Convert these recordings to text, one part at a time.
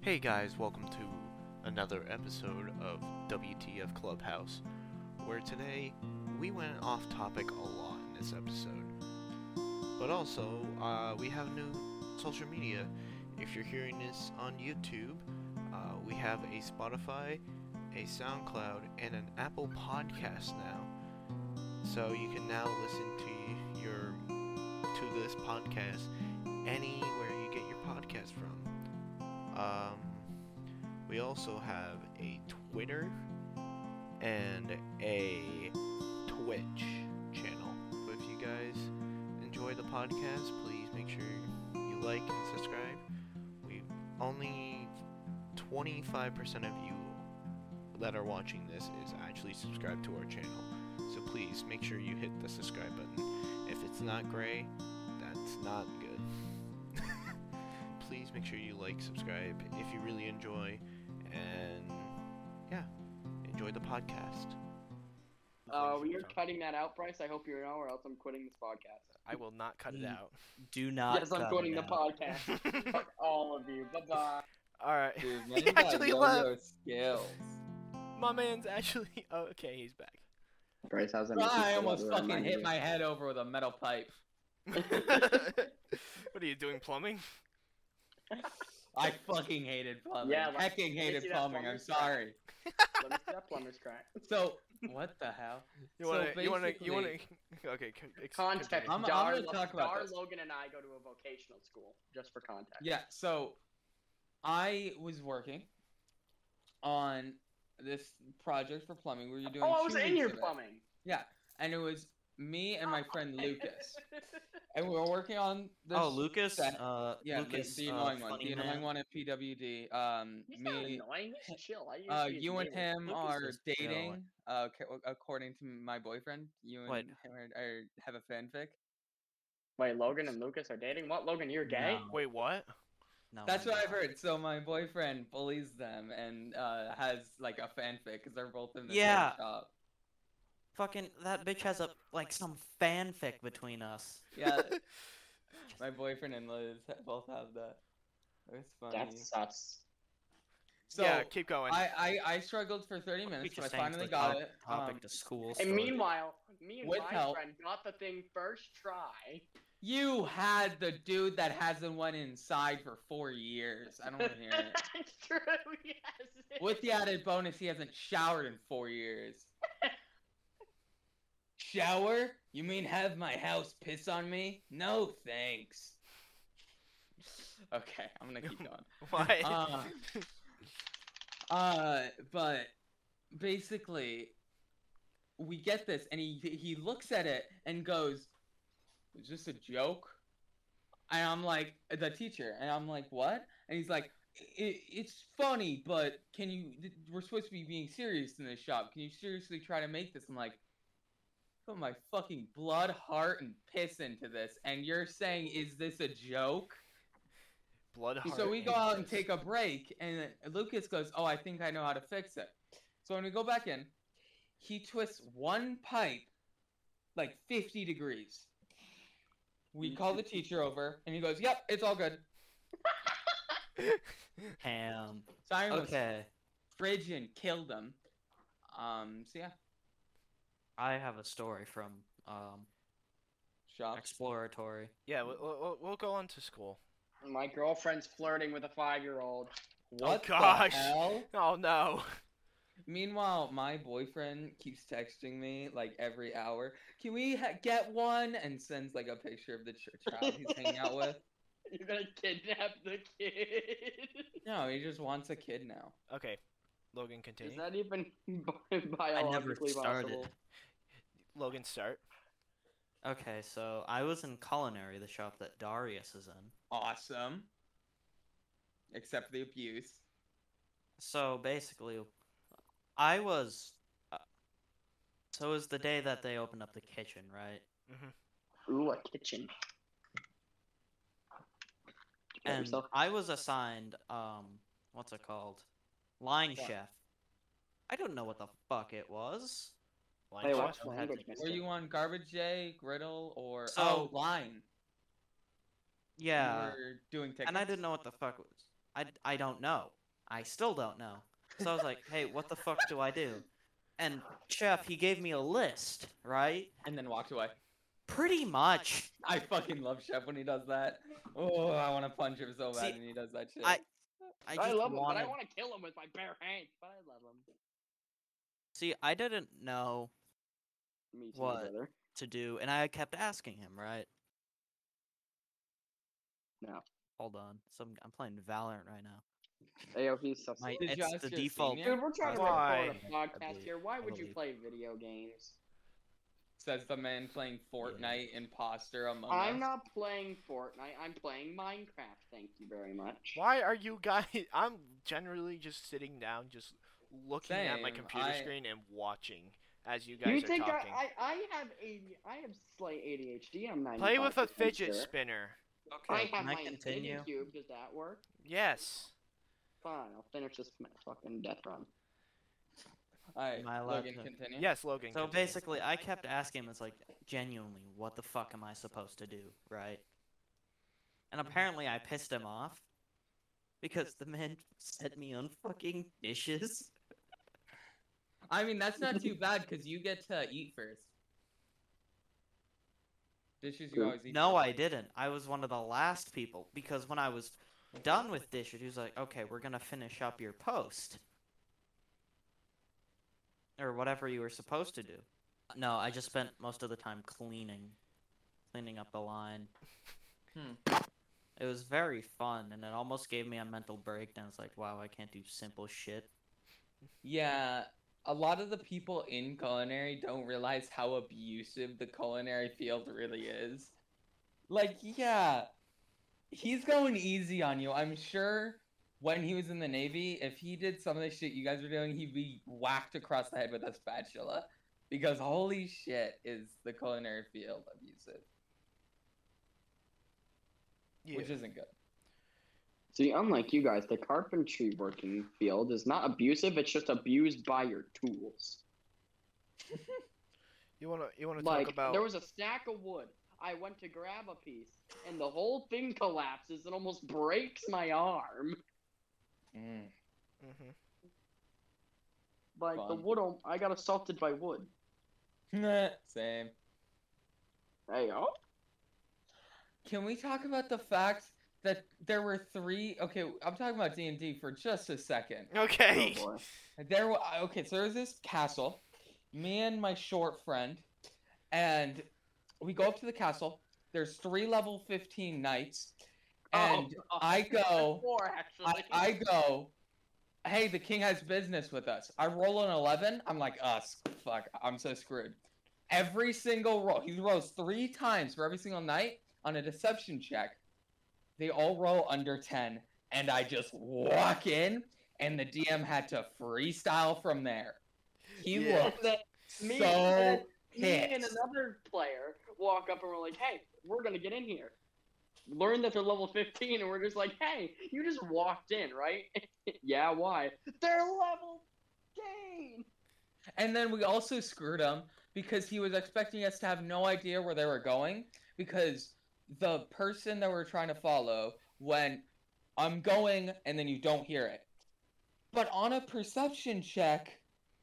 Hey guys, welcome to another episode of WTF Clubhouse, where today we went off topic a lot in this episode. But also, uh, we have new social media. If you're hearing this on YouTube, uh, we have a Spotify, a SoundCloud, and an Apple Podcast now. So you can now listen to your to this podcast anywhere you get your podcast from. Um, we also have a Twitter and a Twitch channel. If you guys enjoy the podcast, please make sure you like and subscribe. We only 25% of you that are watching this is actually subscribed to our channel. So please make sure you hit the subscribe button. If it's not gray, that's not good please make sure you like, subscribe if you really enjoy, and yeah, enjoy the podcast. Uh, we are cutting that out, Bryce. I hope you know, or else I'm quitting this podcast. I will not cut it Mm. out. Do not. yes, I'm cut quitting it the out. podcast. Fuck all of you. Bye bye. All right, Dude, He man, you gotta actually know left. those Skills. my man's actually. Oh, okay, he's back. Bryce, how's that? make you I feel almost about the fucking hit reminder? my head over with a metal pipe. what are you doing, plumbing? I fucking hated plumbing. Yeah, like, Hecking you see hated that plumbing. I'm plumber's sorry. Let me see that plumber's crack. So what the hell? You So wanna? you wanna? You wanna? basically- Okay. c- ex- Context. continue. I'm- I'm Dar, gonna talk about Dar, this. Logan, and I go to a vocational school, just for context. Yeah. So I was working on this project for plumbing. where you are doing? Oh, I was two in weeks your of it. plumbing. Yeah, and it was me and my friend Lucas, and we were working on this. Oh, Lucas. that- Uh, Yeah, Lucas. the, the uh, annoying one. funny The man. annoying one at PWD. Um, He's not me. annoying. He's chill. I Uh, usually see you his and neighbor. him Lucas are is chill. dating, uh, ca- according to my boyfriend. You and What? him are, are, have a fanfic. Wait, Logan and Lucas are dating. What? Logan, you're gay? No. Wait, what? No, That's I'm what I've not. heard. So my boyfriend bullies them and uh, has like a fanfic because they're both in the Yeah. same shop. Fucking that bitch has a like some fanfic between us. Yeah, my boyfriend and Liz ha- both have that. It's funny. That sucks. So yeah, keep going. I, I I struggled for thirty We minutes, just but I sang to finally the got top- it. Topic Um, to school. And so- meanwhile, me and With my help. friend got the thing first try. you had the dude that hasn't went inside for four years. I don't want to hear it. That's true. Yes. With the added bonus, he hasn't showered in four years. Shower? You mean have my house piss on me? No, thanks. Okay, I'm gonna keep going. Why? Uh, Uh, but basically, we get this, and he he looks at it and goes, "Is this a joke?" And I'm like, the teacher, and I'm like, "What?" And he's like, "I- "It's funny, but can you? th- We're supposed to be being serious in this shop. Can you seriously try to make this?" I'm like. Put my fucking blood, heart, and piss into this, and you're saying, "Is this a joke?" Blood. So heart, we go out and anus. take a break, and Lucas goes, "Oh, I think I know how to fix it." So when we go back in, he twists one pipe like 50 degrees. We Mm-hmm. call the teacher over, and he goes, "Yep, it's all good." Ham. Siren was Okay, frigid, killed him. Um, so yeah, I have a story from um shop. exploratory. Yeah, we'll, we'll, we'll go on to school. My girlfriend's flirting with a five-year-old. Oh What the gosh. hell? Oh no. Meanwhile, my boyfriend keeps texting me like every hour. Can we ha- get one? And sends like a picture of the ch- child he's hanging out with. You're gonna kidnap the kid. No, he just wants a kid now. Okay, Logan, Is continue. that even biologically I never started. possible? Logan, start. Okay, so I was in culinary, the shop that Darius is in. awesome. Except for the abuse. So basically, I was. Uh, so it was the day that they opened up the kitchen, right? Ooh, a kitchen. Got And yourself- I was assigned, um, what's it called? Line What? chef. I don't know what the fuck it was. Line Hey, shot. watch I the had language, to- mister. Were you on Garbage Day, Griddle, or So- oh, Line? Yeah, You were doing tickets. and I didn't know what the fuck was. I, I don't know. I still don't know. So I was like, hey, what the fuck do I do? And Chef, he gave me a list, right? and then walked away. Pretty much. I fucking love Chef when he does that. Oh, I want to punch him so bad See, when he does that shit. I- I, just I love him, but I wanted- want to kill him with my bare hands. But I love him. See, I didn't know Me too, What? brother. to do, and I kept asking him, right? No. Hold on. Some I'm playing Valorant right now. AOP sucks. My, Did you it's ask the your default. senior? Dude, we're trying to Why? record a podcast believe- here. Why I would you believe- play video games? Says the man playing Fortnite imposter among I'm us. not playing Fortnite. I'm playing Minecraft. Thank you very much. Why are you guys? I'm generally just sitting down, just looking at my Same, computer I- screen and watching as you guys You are think talking. I, I I have a I have slight ADHD? I'm not. Play with a fidget spinner. I Okay, have can I my continue? infinity cube. Does that work? Yes. Fine, I'll finish this m- fucking death run. Alright, Am I allowed Logan, to- continue. Yes, Logan. So continue. basically, I kept asking him, it's like, genuinely, what the fuck am I supposed to do, right? And apparently, I pissed him off because the man sent me on fucking dishes. I mean, that's not too bad because you get to eat first. Dishes you Cool. always eat. No, first. I didn't. I was one of the last people because when I was done with dishes, he was like, okay, we're going to finish up your post. Or whatever you were supposed to do. No, I just spent most of the time cleaning, cleaning up the line. Hmm. It was very fun and it almost gave me a mental breakdown. It's like, wow, I can't do simple shit. Yeah, a lot of the people in culinary don't realize how abusive the culinary field really is. Like, yeah, he's going easy on you. I'm sure when he was in the Navy, if he did some of the shit you guys were doing, he'd be whacked across the head with a spatula. Because holy shit is the culinary field abusive, Yeah. which isn't good. See, unlike you guys, the carpentry working field is not abusive. It's just abused by your tools. you wanna you wanna Like talk about there was a stack of wood. I went to grab a piece, and the whole thing collapses and almost breaks my arm. Mhm. Like the Fun. wood, al- I got assaulted by wood. Same. Hey, oh, Can we talk about the fact that there were three? Okay, I'm talking about D and D for just a second. Okay. oh boy. There, wa- I- okay, so there was this castle. Me and my short friend, and we go up to the castle. There's three level fifteen knights, and Oh, I go- Four, actually. I, I go, "Hey, the king has business with us." I roll an eleven. I'm like, "Us, fuck, I'm so screwed." Every single roll, he rolls three times for every single night on a deception check. They all roll under ten, and I just walk in, and the DM had to freestyle from there. He Yeah. looked That- me, so me and pissed. another player walk up and we're like, "Hey, we're gonna get in here." Learn that they're level 15, and we're just like, "Hey, you just walked in, right?" yeah, why? They're level 15. And then we also screwed him because he was expecting us to have no idea where they were going because the person that we're trying to follow went, I'm going, and then you don't hear it. But on a perception check,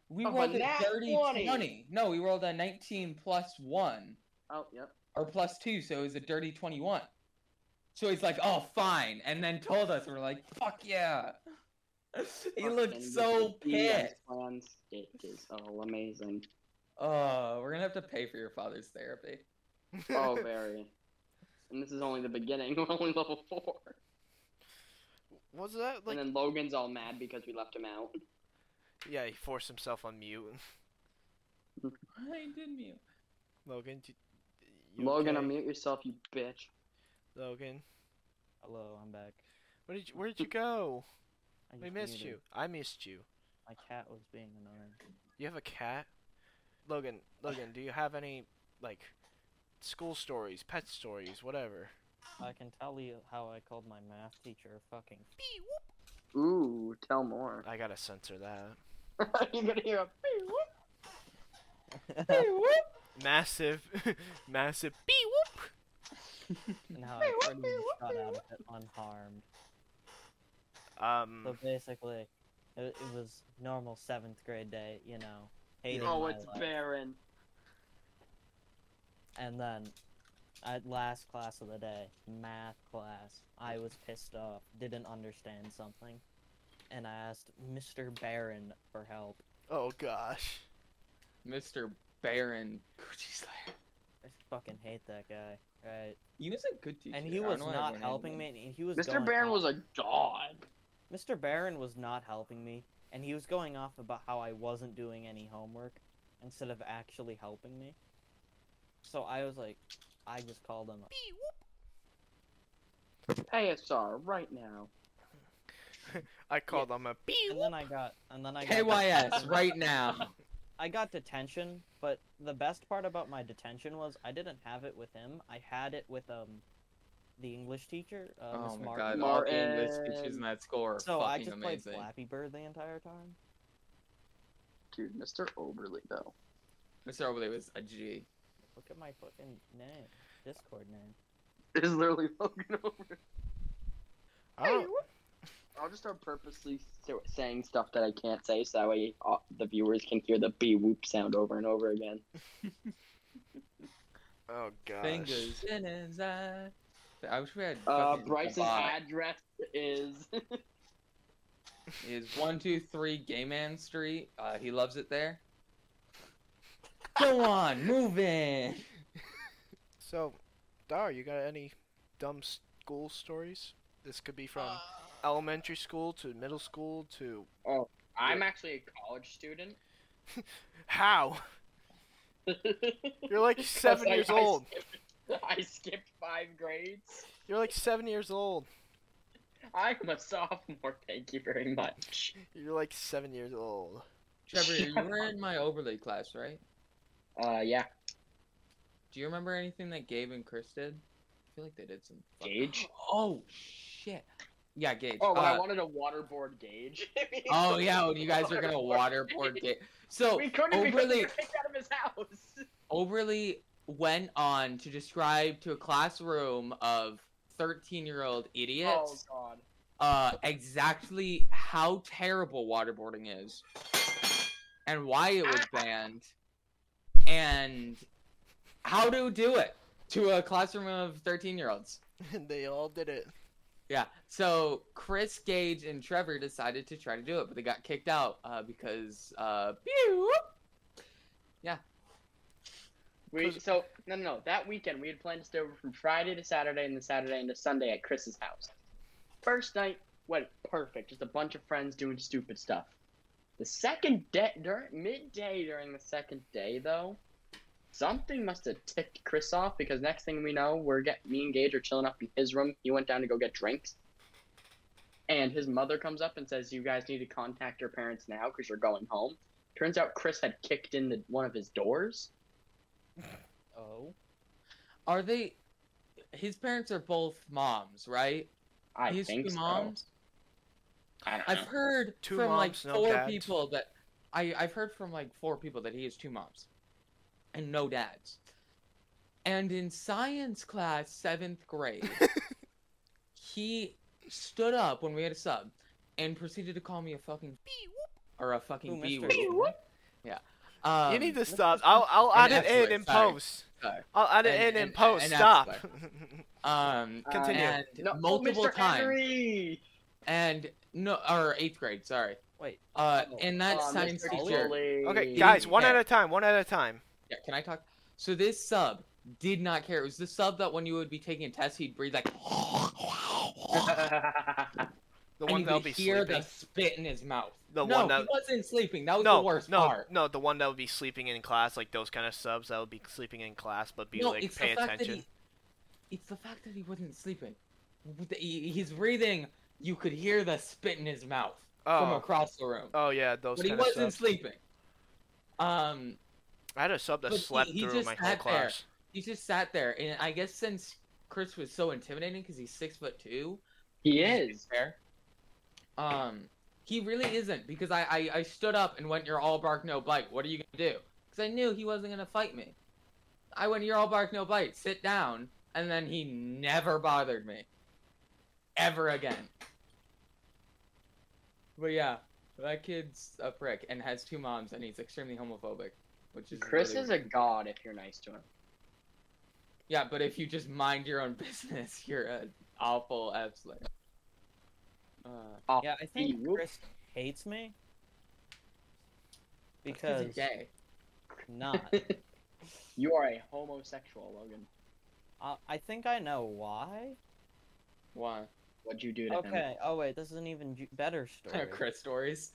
we Oh, but rolled a nat dirty 20. 20. No, we rolled a 19 plus 1 Oh, yep. or plus 2, so it was a dirty 21. So he's like, oh, fine. And then told us, we're like, fuck yeah. he looked Fucking so DM's pissed. plans. It is all amazing. Oh, we're gonna have to pay for your father's therapy. Oh, very. And this is only the beginning. We're only level four. was that like and then Logan's all mad because we left him out. yeah, he forced himself on mute. Why didn't you? Logan d- you Logan, okay? unmute yourself, you bitch. Logan. Hello, I'm back. Where did you, where did you go? I We just missed muted. you. I missed you. My cat was being annoying. You have a cat? Logan, Logan, do you have any like school stories, pet stories, whatever? I can tell you how I called my math teacher a fucking. Ooh, tell more. Oh, I gotta censor that. You're gonna hear a beep, whoop. Massive massive bee whoop. and how I pretty much got out of it unharmed. Um, So basically, it, it was normal seventh grade day, you know, hating Oh, my it's life. barren. And then, at last class of the day, math class, I was pissed off, didn't understand something, and I asked Mr. Barron for help. oh gosh. Mr. Baron Gucci Slayer. I fucking hate that guy, right? He was a good teacher. And he I was don't know not everyone helping me. hated And he was Mr. going Barron off- was a god. Mr. Barron was not helping me, and he was going off about how I wasn't doing any homework instead of actually helping me. So I was like, I just called him. up. ASR right now. I called him a And then I got, and then I got him. KYS detention. right now. I got detention, but the best part about my detention was I didn't have it with him. I had it with um, the English teacher, uh, Oh Miss my Martin. god, all the English Martin. teachers in that school are So I fucking just played amazing. Flappy Bird the entire time. Dude, Mr. Oberly, though. Mr. Oberly was a G. Look at my fucking name, Discord name. This is literally fucking over. I don't, I'll just start purposely s- saying stuff that I can't say so that way uh, the viewers can hear the bee whoop sound over and over again. oh gosh. Fingers in his eye. I wish we had. Uh, fucking Bryce's Bob. address is. is one two three Gay Man Street. Uh, he loves it there. Go on, move in. So, Dar, you got any dumb school stories? This could be Uh. from elementary school to middle school to I'm actually a college student. how? You're like seven I- years I old. skipped- I skipped five grades. You're like seven years old. I'm a sophomore. Thank you very much. You're like seven years old. Trevor, you were in my overlay class, right? Uh, yeah. Do you remember anything that Gabe and Chris did? I feel like they did some. fuck- Gage? Oh shit. Yeah, Gabe. Oh, when I Uh, wanted a waterboard gauge. oh yeah, when you guys were gonna waterboard Oh, Gabe. So We couldn't because we Overly- were kicked out of his house. Oberly went on to describe to a classroom of thirteen-year-old idiots. Oh god. uh, exactly how terrible waterboarding is and why it was banned and how to do it to a classroom of 13 year olds. And they all did it. Yeah. So Chris, Gage, and Trevor decided to try to do it, but they got kicked out uh, because. Uh, pew! We 'Cause- so no no no that weekend we had planned to stay over from Friday to Saturday and then Saturday into Sunday at Chris's house. First night went perfect, just a bunch of friends doing stupid stuff. The second day during midday during the second day though, something must have ticked Chris off because next thing we know we're get me and Gage are chilling up in his room. He went down to go get drinks, and his mother comes up and says, "You guys need to contact your parents now because you're going home." Turns out Chris had kicked in the, one of his doors. Oh, Are they. His parents are both moms, right? I His think two so. moms? I don't I've know. heard Two from moms, like no four dads. people that I I've heard from like four people that he has two moms and no dads. And in science class, seventh grade, he stood up when we had a sub and proceeded to call me a fucking or a Who, fucking Mr. bee. Beewhoop? Yeah. Um, you need to stop. I'll I'll add an it in F-word, in sorry. post. Sorry. I'll add it An- in an- in post. an Stop. um Continue. and Oh, No, oh, multiple Mr. times Henry! and no or eighth grade, sorry. wait. Uh, Oh, and that Oh, science Mr. teacher. Tully. okay, guys, one at Yeah. a time. One at a time. Yeah, can I talk? So this sub did not care. It was the sub that when you would be taking a test, he'd breathe like, The and one you that'll could be hear sleeping. the spit in his mouth. The no, one that- he wasn't sleeping. That was no, the worst no, part. no, the one that would be sleeping in class, like those kind of subs that would be sleeping in class but be no, like it's paying the fact attention. that he, it's the fact that he wasn't sleeping. With the- he- He's breathing. You could hear the spit in his mouth from Oh, across the room, oh yeah, those but he kind of wasn't subs. sleeping. Um, I had a sub that But he- slept he through just my whole sat there. class. he just sat there, and I guess since Chris was so intimidating because he's six foot two, he which is. fair. Um, he really isn't because I, I I stood up and went, "You're all bark no bite." What are you gonna do? Because I knew he wasn't gonna fight me. I went, "You're all bark no bite." Sit down, and then he never bothered me, ever again. But yeah, that kid's a prick and has two moms and he's extremely homophobic, which is Chris really is a god if you're nice to him. Yeah, but if you just mind your own business, you're an awful F slur. Uh, Oh, Yeah, I think you- Chris hates me that's 'cause because he's gay. not. You are a homosexual, Logan. I, I think I know why. Why? What'd you do to him? Okay. Oh wait, this is an even ju- better story. Chris stories.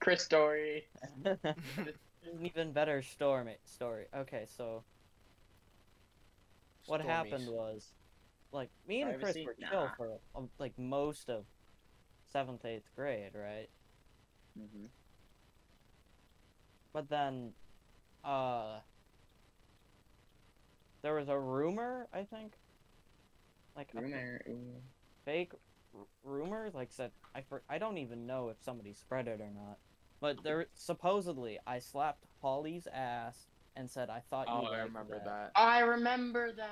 Chris story. An even better stormy story. Okay, so what happened was, like, me and Privacy? Chris were chill Nah. for um, like most of seventh, eighth grade, right? Mm-hmm. Mhm. But then, uh, there was a rumor, I think, like a Rumor, ooh. fake r- rumor, like said, I for, I don't even know if somebody spread it or not, but there supposedly I slapped Holly's ass and said I thought you. Oh, I liked remember that. I remember that.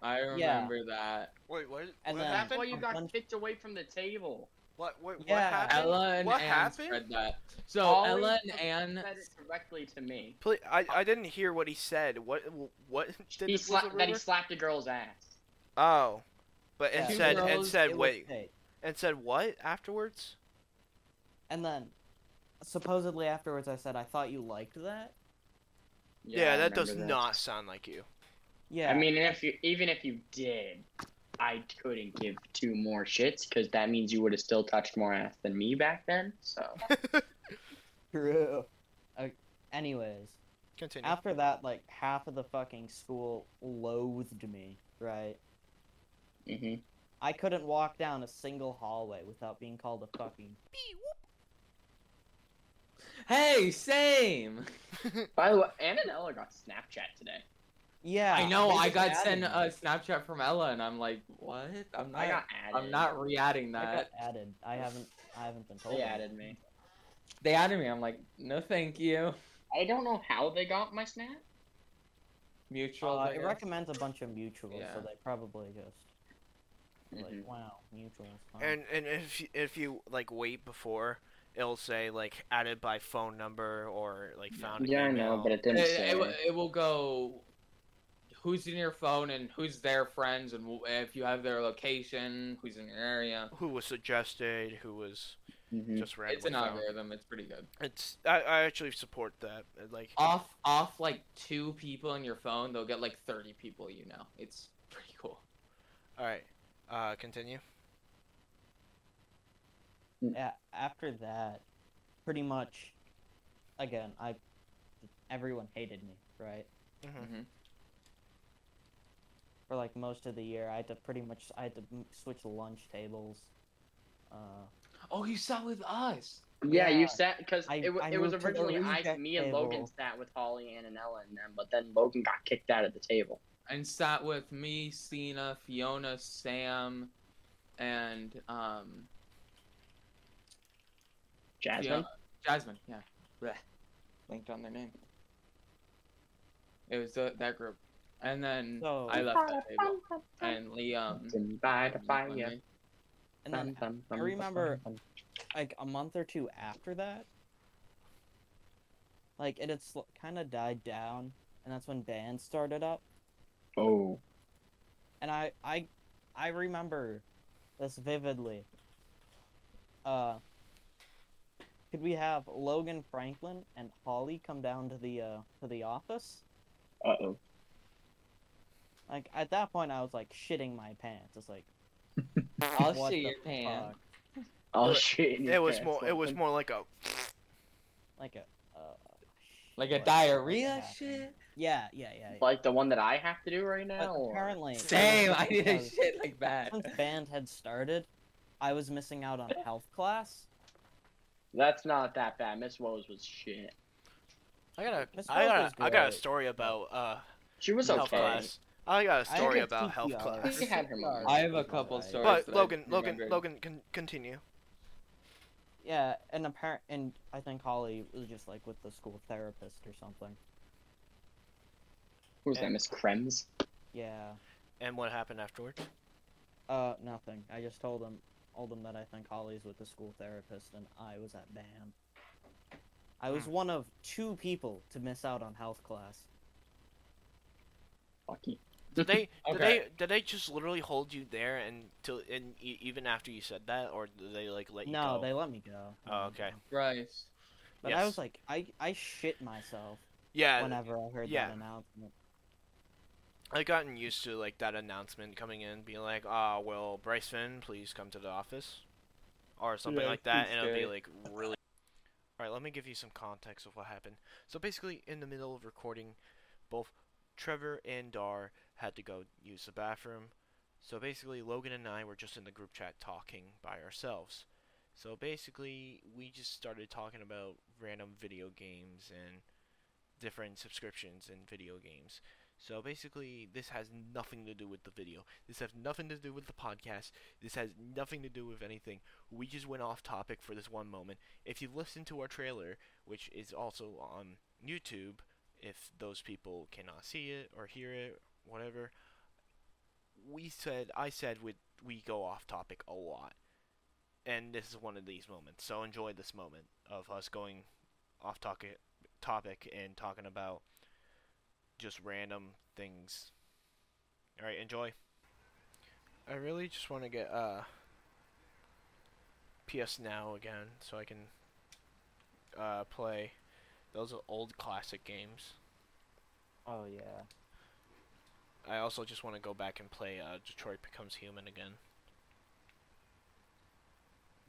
I Yeah. remember that. Wait, what? And what then- That's happened? why you a got bunch- kicked away from the table. What? Wait, what Yeah. happened? Ella and What Anne happened? spread that. So Ollie Ella and said Anne. Said it directly to me. Please, I, I didn't hear what he said. What what did He was the slapped that he rumor? slapped a girl's ass. Oh, but Yeah. and Two said and girls, It said was wait fake. and said what afterwards? And then, supposedly afterwards, I said I thought you liked that. Yeah, I that does remember not sound like you. Yeah. I mean, if you even if you did, I couldn't give two more shits because that means you would have still touched more ass than me back then. So true. Uh, anyways, Continue. after that, like half of the fucking school loathed me. Right. hmm I couldn't walk down a single hallway without being called a fucking. Hey, same. by the way, Anna and Ella got Snapchat today. Yeah. I know. they I just got added sent me. a Snapchat from Ella, and I'm like, what? I'm I got not. added. I'm not re-adding I that. got added. I haven't. I haven't been told. They yet. added me. They added me. I'm like, no, thank you. I don't know how they got my snap. Mutual. Uh, I it guess. recommends a bunch of mutuals, Yeah. so they probably just like Mhm. wow mutuals. huh? and and if you- if you like wait before, it'll say like added by phone number or like found. Yeah, I email. know, but it It, didn't say. it, will- it will go. Who's in your phone and who's their friends and wh- if you have their location, who's in your area. who was suggested? Who was Mhm. just randomly It's an found. algorithm. It's pretty good. It's I, I actually support that. and, Like Off off like two people in your phone, they'll get like thirty people you know. It's pretty cool. all right, uh, continue. A- after that, pretty much, again, I everyone hated me, right? Mhm. Mhm. For like most of the year, I had to pretty much I had to m- switch lunch tables. Uh, Oh, you sat with us. Yeah, Yeah. you sat because I- it, wa- I it was moved to the originally I, reject me and table. Logan sat with Holly, Ann, and Ella and them, but then Logan got kicked out of the table. And sat with me, Cena, Fiona, Sam, and um Jasmine. Fiona- Jasmine, yeah. Blech. Linked on their name. It was the, that group. And then So- I left that table. And Liam. Been by the fire. and Bum, then bum, I bum, remember- bum, bum. like a month or two after that, like it had sl- kind of died down, and that's when bands started up. Oh. and I I I remember this vividly. Uh could we have Logan Franklin and Holly come down to the uh to the office? Uh oh. Like at that point I was like shitting my pants. It's like I'll what see the your pants. fuck? Oh It- shit. It was more. It was more like a. Like a uh, Like a what diarrhea happened? shit? Yeah, yeah, yeah. yeah. Like the one that I have to do right But now. or- apparently Same, I did a because shit like that. Since band had started, I was missing out on health class. That's not that bad. Miss Woes was shit. I got a. Miss I Wells got. was A, I got a great. story about uh She was health okay. class. I got a I story did about health CPR. class. She had her moments. I have a couple Alright. stories. But that I Logan, Logan, remembered. Logan, con- continue. Yeah, and apparent, and I think Holly was just like with the school therapist or something. Who was that? Miss Krems. Yeah. And what happened afterwards? Uh, nothing. I just told him told them that I think Holly's with the school therapist and I was at band. I Hmm. was one of two people to miss out on health class. Fuck you. Did they? Did Okay. they? Did they just literally hold you there until and e- even after you said that, or did they like let you no, go? they let me go. Oh, okay. Christ. But I Yes. was like, I, I shit myself Yeah, whenever I heard yeah. that announcement. I gotten used to like that announcement coming in, being like, "Ah, well, Bryce Finn, please come to the office," or something Yeah, like that, it's and it'll be scary. like really. All right, let me give you some context of what happened. So basically, in the middle of recording, both Trevor and Dar had to go use the bathroom. So basically, Logan and I were just in the group chat talking by ourselves. So basically, we just started talking about random video games and different subscriptions and video games. So basically, this has nothing to do with the video. This has nothing to do with the podcast. This has nothing to do with anything. We just went off topic for this one moment. If you listen to our trailer, which is also on YouTube, if those people cannot see it or hear it, whatever, we said, I said, we, we go off topic a lot. And this is one of these moments. So enjoy this moment of us going off topic, topic and talking about just random things. All right, enjoy. I really just want to get uh PS Now again so I can uh play those old classic games. Oh, yeah. I also just want to go back and play uh Detroit Becomes Human again.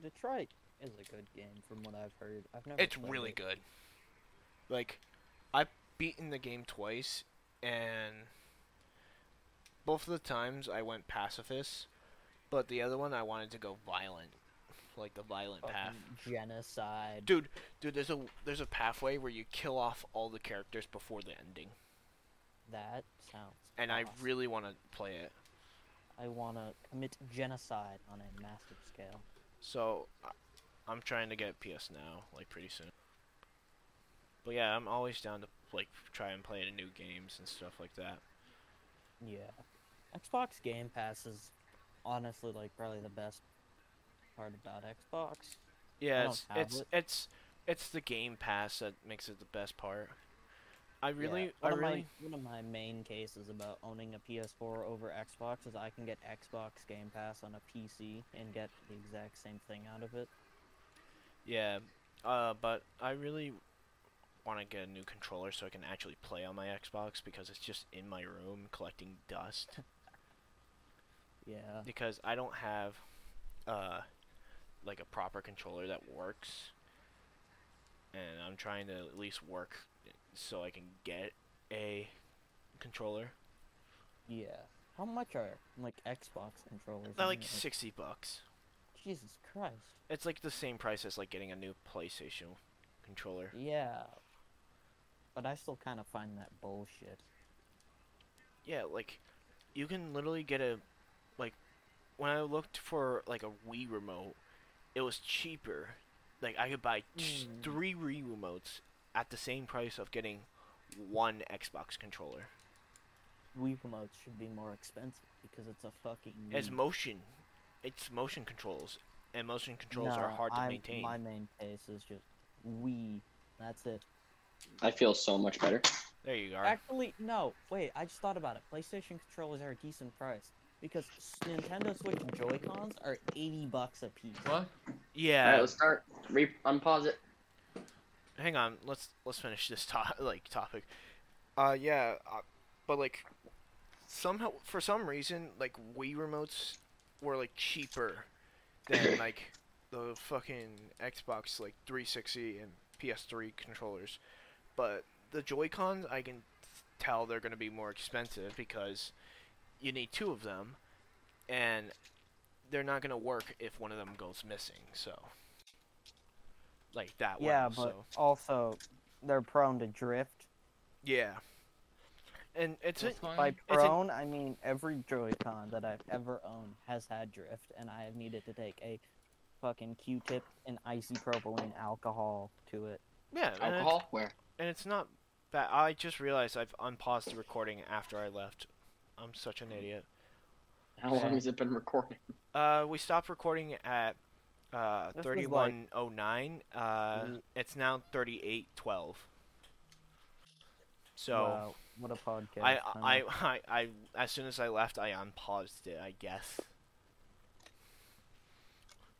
Detroit is a good game from what I've heard. I've never It's played really it. good. Like, I've beaten the game twice, and both of the times I went pacifist, but the other one I wanted to go violent, like the violent Oh, path. Fucking Genocide. Dude, dude, there's a there's a pathway where you kill off all the characters before the ending, That sounds. and I awesome. really want to play it. I want to commit genocide on a massive scale. So, I- I'm trying to get PS Now, like, pretty soon. But yeah, I'm always down to like try and play new games and stuff like that. Yeah. Xbox Game Pass is honestly like probably the best part about Xbox. I Yeah, don't it's have it's, it. it's it's the Game Pass that makes it the best part. I Yeah, really, I one of really, my one of my main cases about owning a PS4 over Xbox is I can get Xbox Game Pass on a PC and get the exact same thing out of it. yeah. Uh, but I really want to get a new controller so I can actually play on my Xbox because it's just in my room collecting dust. Yeah. because I don't have, uh, like a proper controller that works, and I'm trying to at least work so I can get a controller. Yeah. How much are like Xbox controllers? They're I'm like sixty bucks. Jesus Christ. It's like the same price as like getting a new PlayStation controller. Yeah. But I still kind of find that bullshit. Yeah, like you can literally get a like when I looked for like a Wii remote, it was cheaper. Like I could buy t- Mm. three Wii remotes at the same price of getting one Xbox controller. Wii remotes should be more expensive because it's a fucking. It's Wii. motion. It's motion controls, and motion controls are No, hard to I'm- maintain. My main case is just Wii. That's it. I feel so much better. There you are. Actually, no. Wait, I just thought about it. PlayStation controllers are a decent price because s- Nintendo Switch Joy Cons are eighty bucks a piece. What? All right, Yeah. let's start. Re- unpause it. hang on let's let's finish this to- like topic uh yeah uh, but like somehow for some reason like wii remotes were like cheaper than like the fucking xbox like 360 and ps3 controllers but the joy cons i can tell they're going to be more expensive because you need two of them and they're not going to work if one of them goes missing so like that Yeah, one but so also they're prone to drift. yeah. And it's What's a, going By on? It's an- prone, I mean every Joy-Con that I've ever owned has had drift, and I have needed to take a fucking Q-tip and isopropylene alcohol to it. yeah, and it's, Alcohol? Where? and it's not bad. I just realized I've unpaused the recording after I left. I'm such an idiot. How long has it been recording? Uh, we stopped recording at uh, This was like- 3109. Uh, Mm. it's now 3812. So Wow, what a podcast. I, huh? I, I, I, as soon as I left, I unpaused it, I guess.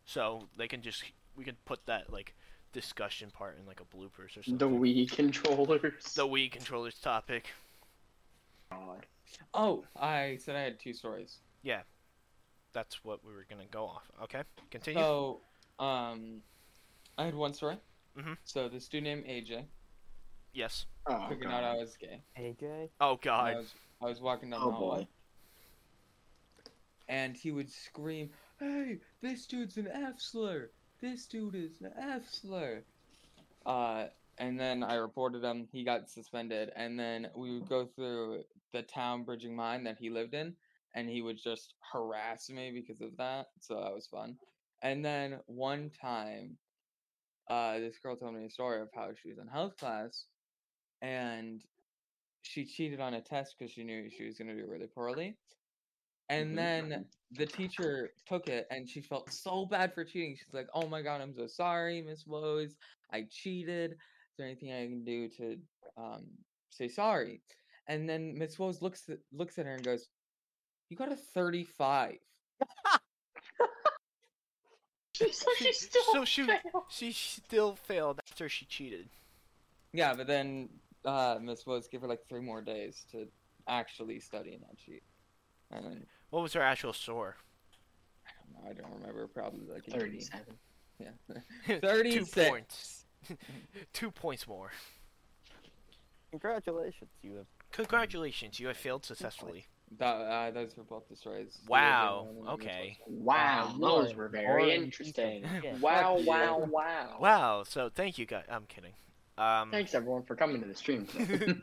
So they can just we can put that like discussion part in like a bloopers or something. The Wii controllers. The Wii controllers topic. God. Oh, I said I had two stories. That's what we were gonna go off. Okay, continue. So, um, I had one story. Mhm. So this dude named AJ yes. Oh, figured out I God. was gay. AJ? Oh I, God. was I was walking down oh the hallway. boy. and he would scream, "Hey, this dude's an F slur! This dude is an F slur!" Uh, and then I reported him. He got suspended, and then we would go through the town bridging mine that he lived in, and he would just harass me because of that. So that was fun. And then one time, uh, this girl told me a story of how she was in health class, and she cheated on a test because she knew she was going to do really poorly. And Mm-hmm. Mhm. then the teacher took it and she felt so bad for cheating. She's like, "Oh my god, I'm so sorry, Miss Woes. I cheated. Is there anything I can do to um, say sorry?" And then Miss Woes looks at, looks at her and goes, "You got a 35." So She- she still so she- failed. She still failed after she cheated. Yeah, but then uh, Miss Woes gave her like three more days to actually study and not cheat. And then, What was her actual score? I don't know. I don't remember. Probably like an 80. 37. Yeah. Two 36. points. Two points more. Congratulations, you have. Congratulations, you have failed successfully. That, uh, those were both destroys. The AJ Wow, one and Miss Woes okay. one. Wow, Oh, Lord, those were Lord, very you interesting. piece of shit. Wow, Fuck wow, you. wow, Wow. So thank you guys. I'm kidding. Um, Thanks everyone for coming to the stream. today.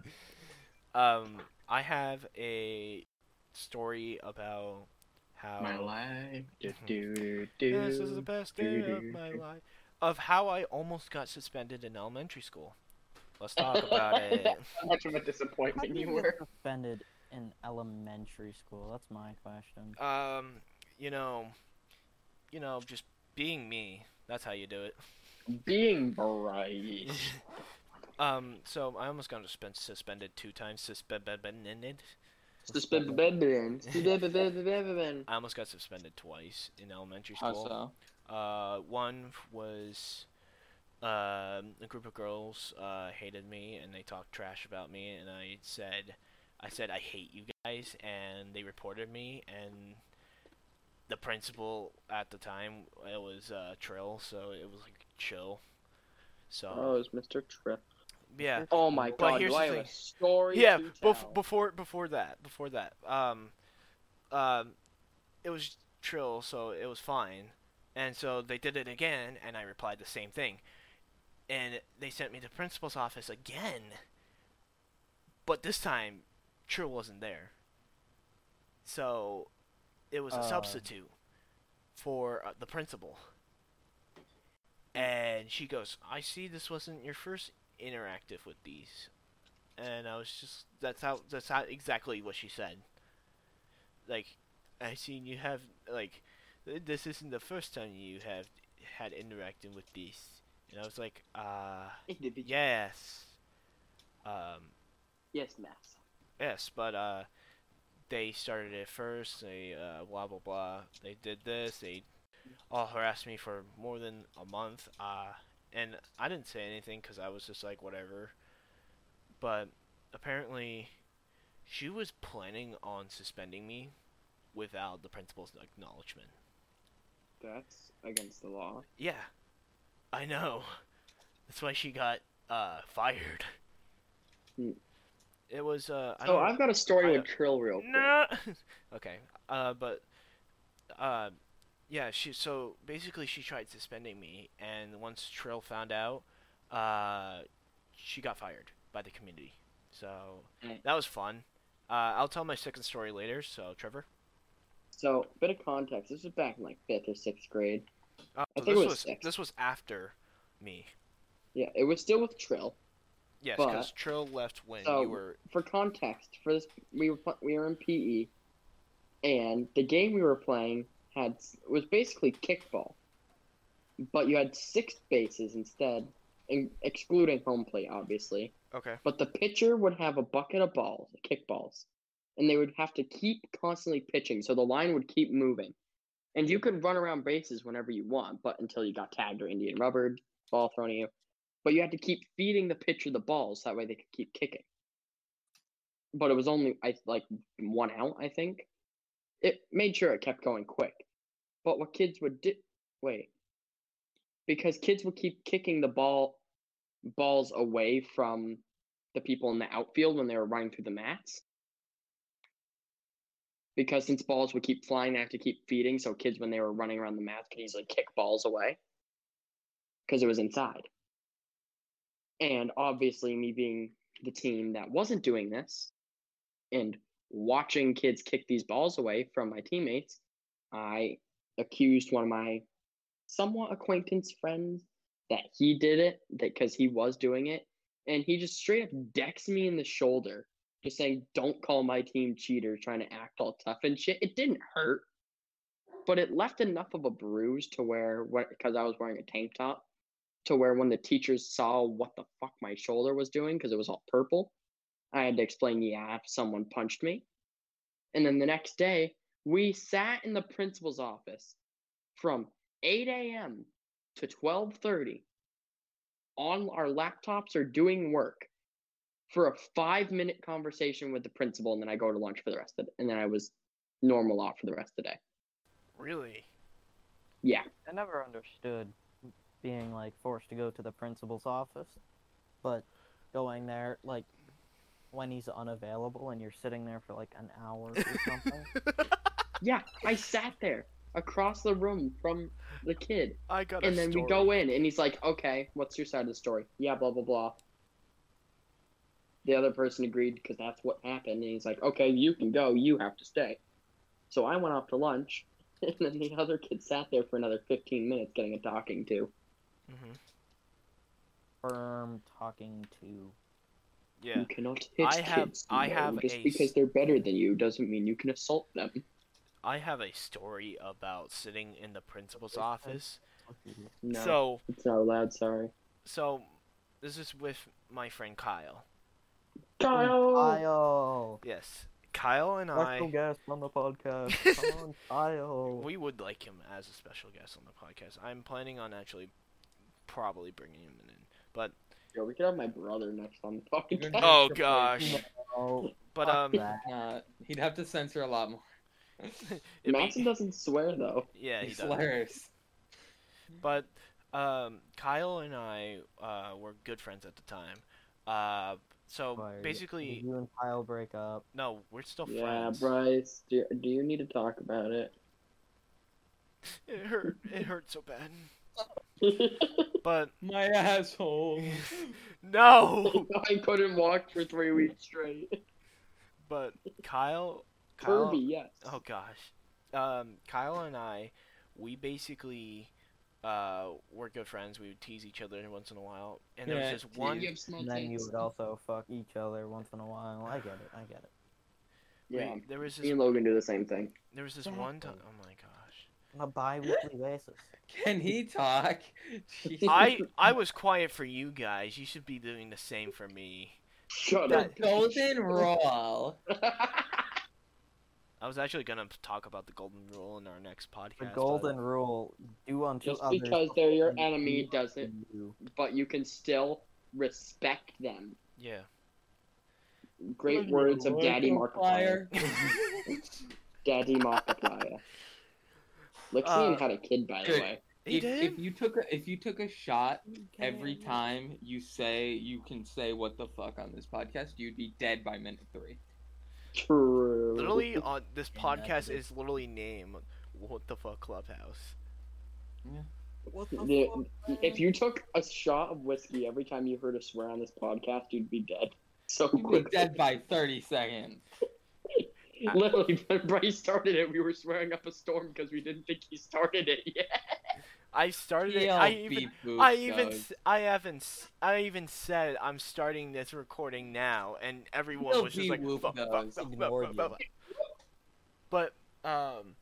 um, I have a story about how My life. Do, Mhm. do, do. Oh. this is the best day of my life. Of how I almost got suspended in elementary school. Let's talk about it. How much of a How disappointment did you you get were. suspended in elementary school? That's my question. Um, you know, you know, just being me. That's how you do it. Being bright. Um, so I almost got suspen- suspended two times. Suspended. Suspended. I almost got suspended twice in elementary How school. so? Uh, one f- was um a group of girls uh, hated me and they talked trash about me, and I said, I said I hate you guys, and they reported me, and the principal at the time it was uh, Trill, so it was like chill. So Oh, it's Mr. Trip. yeah, Oh my But god, here's do the I have thing. a story? yeah. to tell. Bef- before before that, before that, um, um, it was Trill, so it was fine. And so they did it again, and I replied the same thing. And they sent me to principal's office again. But this time, Trill wasn't there. So it was a Uh. substitute for uh, the principal. And she goes, I see this wasn't your first interactive with these. And I was just, that's how, that's how exactly what she said. Like, I seen you have like th- this isn't the first time you have had interacting with these, and I was like, uh, Individual- yes, um, Yes, Max. yes, but uh, they started it first. They uh, blah blah blah. They did this. They all harassed me for more than a month. Uh, and I didn't say anything because I was just like whatever. But apparently, she was planning on suspending me without the principal's acknowledgement. That's against the law. Yeah, I know. That's why she got uh, fired. Hmm. It was. Uh, I So don't- I've got a story I with Trill real quick. no. okay. Uh, but, uh, yeah. She so basically she tried suspending me, and once Trill found out, uh, she got fired by the community. So Mm. that was fun. Uh, I'll tell my second story later. So Trevor. So, bit of context. This was back in like fifth or sixth grade. Uh, I so think it this was was six. this was after me. Yeah, it was still with Trill. Yes, But- because Trill left when So- you were For context, for this, we were pl- we were in PE, E, and the game we were playing had was basically kickball, but you had six bases instead, in, excluding home plate, obviously. Okay. But the pitcher would have a bucket of balls, kickballs, and they would have to keep constantly pitching, so the line would keep moving. And you could run around bases whenever you want, but until you got tagged or Indian rubbered, ball thrown at you. But you had to keep feeding the pitcher the balls, that way they could keep kicking. But it was only I like one out, I think. It made sure it kept going quick. But what kids would do wait. Because kids would keep kicking the ball balls away from the people in the outfield when they were running through the mats. Because since balls would keep flying, they have to keep feeding, so kids when they were running around the mats could easily kick balls away. Because it was inside. And obviously me being the team that wasn't doing this and watching kids kick these balls away from my teammates, I accused one of my somewhat acquaintance friends that he did it that because he was doing it and he just straight up decks me in the shoulder just saying don't call my team cheater trying to act all tough and shit it didn't hurt but it left enough of a bruise to where because i was wearing a tank top to where when the teachers saw what the fuck my shoulder was doing because it was all purple i had to explain yeah someone punched me and then the next day we sat in the principal's office from 8 a.m to 12:30 on our laptops or doing work for a 5-minute conversation with the principal and then I go to lunch for the rest of it and then I was normal off for the rest of the day. Really? Yeah. I never understood being like forced to go to the principal's office, but going there like when he's unavailable and you're sitting there for like an hour or something. Yeah, I sat there across the room from the kid I got and a then story. we go in and he's like okay what's your side of the story yeah blah blah blah the other person agreed because that's what happened and he's like okay you can go you have to stay so i went off to lunch and then the other kid sat there for another 15 minutes getting a talking to Mhm. Firm talking to. Yeah. you cannot hit I have- kids I no. have just a- because they're better than you doesn't mean you can assault them I have a story about sitting in the principal's Okay. office. no So, it's not allowed sorry so this is with my friend Kyle. Kyle! Kyle, Yes. Kyle and special I guest on the podcast. Come on, Kyle. we would like him as a special guest on the podcast. I'm planning on actually probably bringing him in. But Yo, we could have my brother next on the podcast You're gonna Oh, have to play- gosh. Oh, but fuck um that. Uh, he'd have to censor a lot more. it- Maxon doesn't swear though yeah, he does. slurs. But um, Kyle and I uh, were good friends at the time. Uh, so Fired. basically, you and Kyle break up. no, we're still Mm-hmm. Yeah, friends. Bryce, do, do you need to talk about it? It hurt. It hurt so bad. But My asshole. no. I couldn't walk for three weeks straight. But Kyle. Kyle Kirby, yes. Oh gosh. Um, Kyle and I, we basically uh, were good friends. We would tease each other once in a while, and there Yeah, was just one. You have small And then you would also fuck each other once in a while. I get it. I get it. we- Yeah, there was me this. and Logan do the same thing. There was this one time. Oh my gosh. On a bi-weekly basis. Can he talk? Jeez. I I was quiet for you guys. You should be doing the same for me. Shut That- Golden Roll. up. I was actually gonna talk about the golden rule in our next podcast. The but- golden rule: do unto Just others. because they're your what you enemy do doesn't, unto you. but you can still respect them. Yeah. Great words of Daddy Markiplier. Daddy Markiplier. Lexian Uh, had a kid, by the good. way. He If, did? if you took a, if you took a shot every time you say you can say what the fuck on this podcast, you'd be dead by minute three. True. literally on this Yeah, podcast dude. is literally named What the fuck Clubhouse. What the The, fuck, if man? you took a shot of whiskey every time you heard a swear on this podcast, you'd be dead. So You'd be quick. dead by thirty seconds. Literally, when Bryce started it, we were swearing up a storm because we didn't think he started it yet. I started it. He'll I be even booped, I even dog. s- I haven't s- I even said I'm starting this recording now, and everyone He'll was just be like whoop fuck, fuck, those, fuck, fuck, ignored fuck, fuck. But um,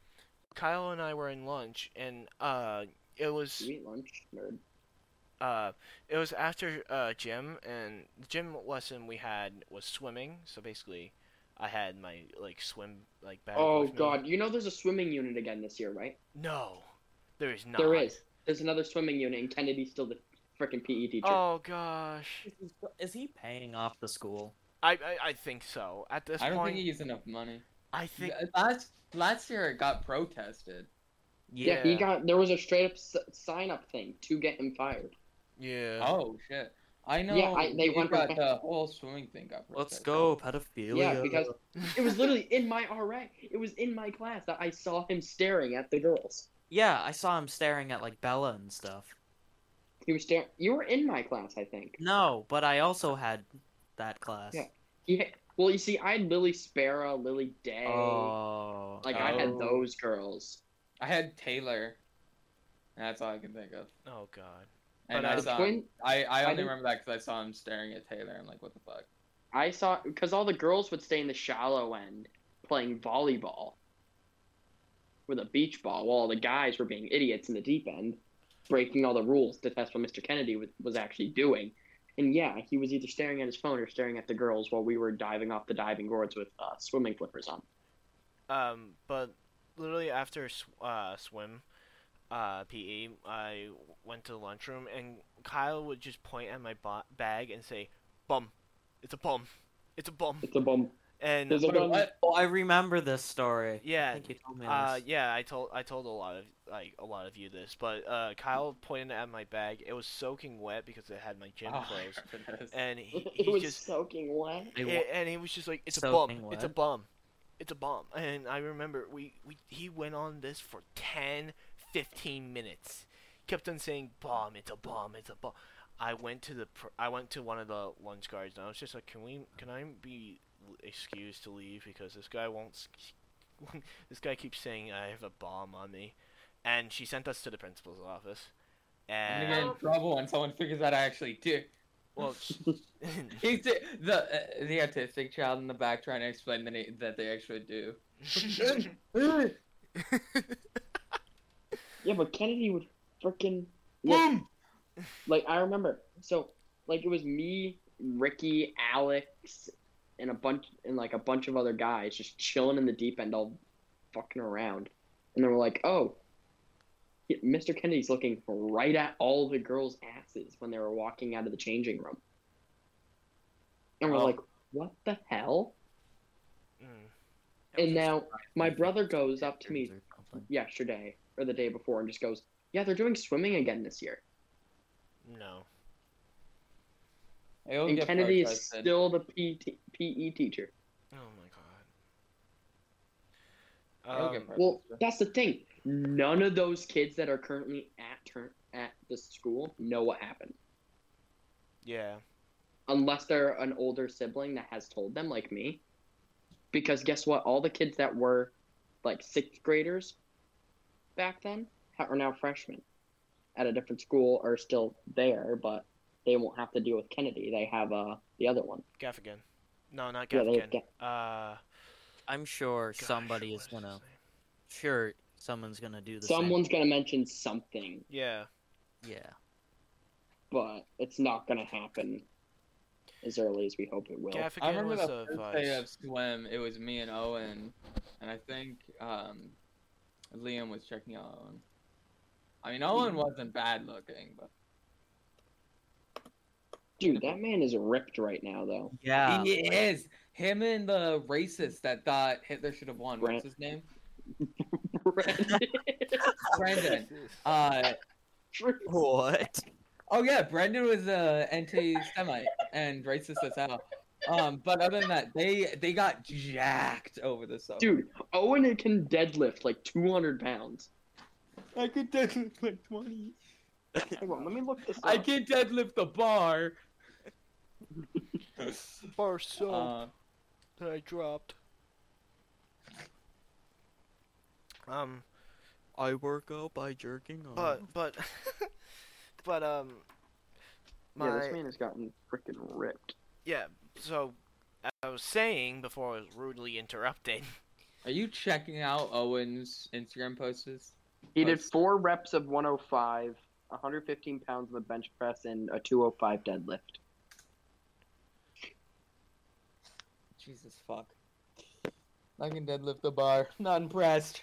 Kyle and I were in lunch, and uh, it was You eat lunch, nerd. uh, it was after uh, gym, and the gym lesson we had was swimming. So basically, I had my like swim like bag. Oh with me. god, you know there's a swimming unit again this year, right? No, there is not. There is. There's another swimming unit, and Kennedy's still the freaking PE teacher. Oh gosh, Is he paying off the school? I I, I think so. At this I don't point, think he gets enough money. I think Last last year it got protested. yeah. he got. There was a straight up s- sign up thing to get him fired. yeah. Oh shit! I know. I- they it went got back- the whole swimming thing got protested. Let's go, pedophilia. uh, Yeah, because it was literally in my RA. It was in my class that I saw him staring at the girls. Yeah, I saw him staring at like Bella and stuff. He was staring. You were in my class, I think. No, but I also had that class. Yeah. Yeah. Well, you see, I had Lily Sparrow, Lily Day. Oh. like I had Oh. those girls. I had Taylor. And that's all I can think of. Oh god. And But, uh, I The saw. twin- him- I I only didn't- remember that because I saw him staring at Taylor. I'm like, what the fuck? I saw because all the girls would stay in the shallow end playing volleyball with a beach ball, while all the guys were being idiots in the deep end, breaking all the rules to test what Mr. Kennedy was, was actually doing. And yeah, he was either staring at his phone or staring at the girls while we were diving off the diving boards with uh, swimming flippers on. Um, but literally after sw- uh, swim, uh, PE, I went to the lunchroom and Kyle would just point at my bo- bag and say, "Bum, it's a bum, it's a bum," It's a bum. and There's a Wait, bum. what? Oh, I remember this story. I yeah, think you told me this. uh, yeah, I told I told a lot of like a lot of you this, but uh, Kyle pointed at my bag. It was soaking wet because it had my gym Oh, I clothes, remember this. and he, Ah. It he was just soaking wet. I wa- A- and he was just like, "It's a Soaking bum. It's a wet. bum. It's a bum." And I remember we, we he went on this for 10, 15 minutes. Kept on saying, "Bomb. It's a bomb. It's a bomb." I went to the pr- I went to one of the lunch guards and I was just like, "Can we? Can I be l- excused to leave because this guy won't? s- this guy keeps saying I have a bomb on me." And she sent us to the principal's office. I'm gonna get Oh. And in trouble when someone figures out I actually do. well, mm. He's the the, uh, the autistic child in the back trying to explain that, he, that they actually do. Yeah, but Kennedy would freaking Boom! Like I remember, so like it was me, Ricky, Alex, and a bunch and like a bunch of other guys just chilling in the deep end, all fucking around, and then we're like, oh, Mr. Kennedy's looking right at all the girls' asses when they were walking out of the changing room, and we're Oh. like, what the hell? Mm. And now my brother goes up to me yesterday or the day before and just goes, yeah, they're doing swimming again this year. no. It'll and get Kennedy is protested. still the PT, PE E teacher. Oh my It'll god. get Um, Well, protested. that's the thing. None of those kids that are currently at turn at the school know what happened, yeah. unless they're an older sibling that has told them, like me. Because guess what? All the kids that were like sixth graders back then ha- are now freshmen at a different school are still there, but they won't have to deal with Kennedy. They have uh the other one. Gaffigan. No, not Yeah, they have Gaffigan. uh, I'm sure gosh, somebody what is his gonna. name? Sure, someone's gonna do the same. Someone's gonna mention something, Yeah. Yeah. but it's not gonna happen as early as we hope it will. I Gaffigan remember was the a first day vice. of swim. It was me and Owen, and I think um, Liam was checking out Owen. I mean, Owen wasn't bad looking, but Dude, that man is ripped right now, though. Yeah. he is him and the racist that thought Hitler should have won. Brent. What's his name? Brandon. Brendan. Uh, What? oh yeah, Brendan was a anti-Semite and racist as hell. Um, but other than that, they they got jacked over the summer. Dude, Owen can deadlift like 200 pounds. I could deadlift like twenty. Hang on, let me look this up. I can deadlift the bar. Bar soap Uh, that I dropped. Um, I work out by jerking off. but but but um, my Yeah, this man has gotten freaking ripped. Yeah, so as I was saying before I was rudely interrupted. Are you checking out Owen's Instagram posts? He did Nice. four reps of 105, 115 pounds on the bench press, and a 205 deadlift. Jesus fuck. I can deadlift the bar. Not impressed.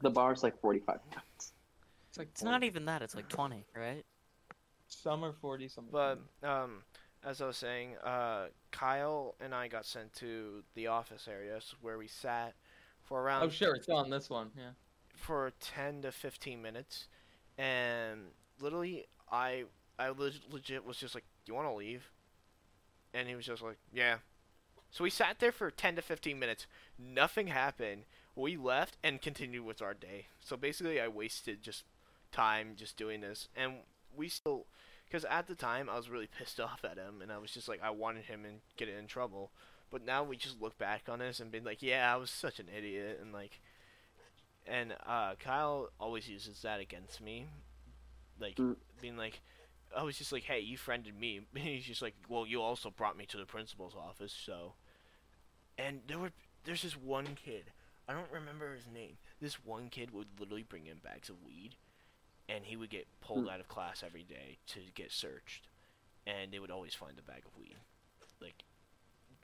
The bar's like 45 pounds. It's e- like It's not even that. It's like twenty, right? Some are 40, some But um, as I was saying, uh, Kyle and I got sent to the office areas where we sat for around Oh, sure, it's on this one, yeah. for 10 to 15 minutes and literally i i leg- legit was just like do you want to leave and he was just like yeah so we sat there for 10 to 15 minutes nothing happened we left and continued with our day so basically i wasted just time just doing this and we still because at the time i was really pissed off at him and i was just like i wanted him and get in trouble but now we just look back on this and been like yeah i was such an idiot and like and uh, Kyle always uses that against me, like Mm. being like, I was just like, hey, you friended me. And he's just like, well, you also brought me to the principal's office, so. And there were there's this one kid, I don't remember his name. This one kid would literally bring in bags of weed, and he would get pulled out of class every day to get searched, and they would always find a bag of weed, like.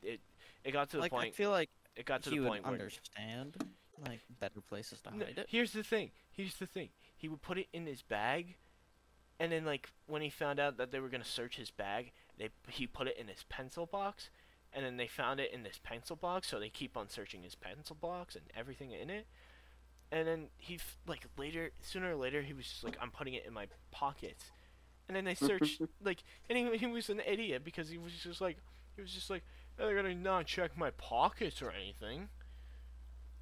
It it got to the like I point. feel like It got to he the would point where understand like better places to no, hide it. Here's the thing. Here's the thing. He would put it in his bag, and then like when he found out that they were gonna search his bag, they he put it in his pencil box, and then they found it in his pencil box. So they keep on searching his pencil box and everything in it. And then he f- like later, sooner or later, he was just like, "I'm putting it in my pockets," and then they searched like, and he, he was an idiot because he was just like, he was just like, "They're gonna not check my pockets or anything."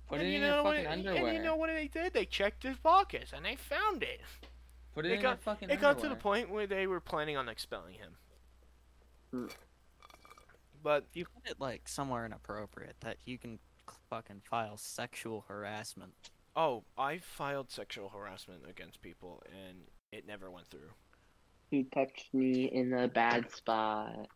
Put And it you in know your what- fucking and- underwear. And you know what they did? They checked his pockets and they found it. Put it, it in your got- fucking It underwear. got to the point where they were planning on expelling him. Hmm. But If you put it like somewhere inappropriate that you can c- fucking file sexual harassment. oh, I filed sexual harassment against people and it never went through. He touched me in a bad spot.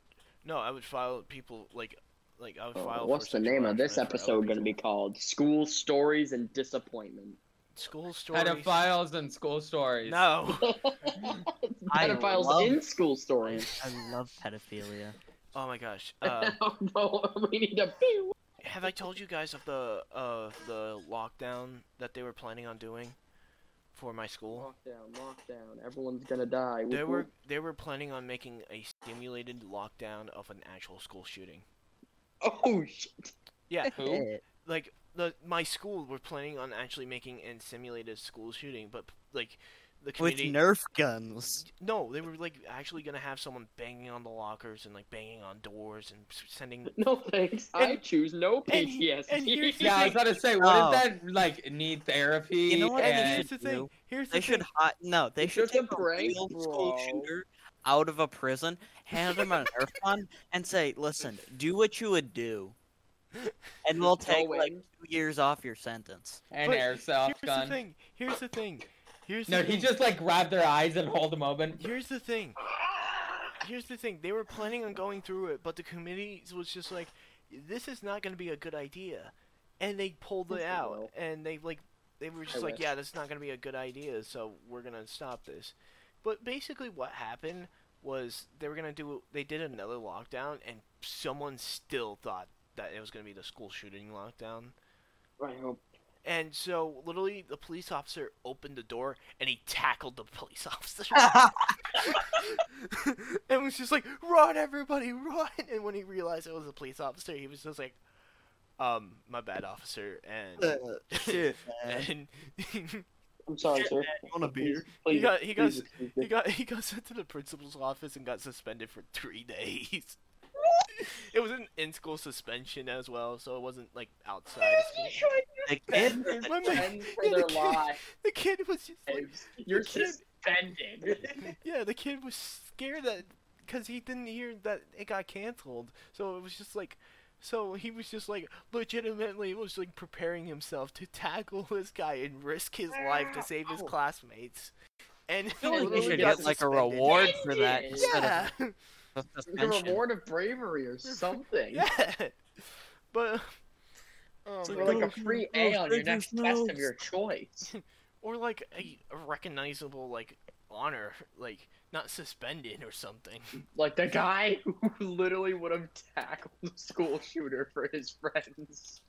No, I would file people like like I would file. Oh, for what's the sexual name of this harassment for other episode going to be people. called? School Stories and Disappointment. School stories. Pedophiles and school stories. No. I Pedophiles love- in School I, Stories. I love pedophilia. Oh my gosh. Uh, oh, no, we need to be. have I told you guys of the of the lockdown that they were planning on doing for my school? Lockdown, lockdown. Everyone's going to die. They Whoop, were whoop. they were planning on making a simulated lockdown of an actual school shooting. Oh, shit. Yeah, Who? like the my school were planning on actually making a simulated school shooting, but like the With community Nerf guns. no, they were like actually gonna have someone banging on the lockers and like banging on doors and s- sending. No thanks. I And- choose no and he- PTSD. and here's the Yeah, I was about to say, what No. if that, like, need therapy? You know what? and- here's the thing. you- Here's the They thing. should hot no. They It's should just a take a prank, real school bro. shooter out of a prison, hand him an Nerf gun, and say, "Listen, do what you would do, and we'll take like Owen. two years off your sentence." and But airsoft Here's the gun. thing. Here's the thing. Here's the No, thing. he just like grabbed their eyes and hold them open. Here's the thing. Here's the thing. They were planning on going through it, but the committee was just like, "This is not going to be a good idea," and they pulled it Yes, it out. will. And they like, they were just I like, wish. "Yeah, this is not going to be a good idea, so we're going to stop this." But basically, what happened was they were going to do. They did another lockdown, and someone still thought that it was going to be the school shooting lockdown. I hope. And so, literally, the police officer opened the door and he tackled the police officer. and was just like, run, everybody, run. And when he realized it was a police officer, he was just like, um, my bad, officer. Uh, And, Uh, and I'm sorry, sir. want a Please- he please- got, he got, please excuse me. he got, he got sent to the principal's office and got suspended for three days. it was an in-school suspension as well, so it wasn't like outside. of school. The kid, My man- Friends for their the kid, lives. the kid was just like, You're the kid- suspended. Yeah, the kid was scared that because he didn't hear that it got canceled. So it was just like, so he was just like, legitimately was like preparing himself to tackle this guy and risk his life to save his classmates. And feel like they you Literally should got get like a suspended. reward for that Yeah. instead Yeah, of a the suspension. reward of bravery or something. yeah. But Oh Or my like God. a free A on your next test of your choice. or like a, a recognizable like honor, like not suspended or something. Like the guy who literally would have tackled the school shooter for his friends.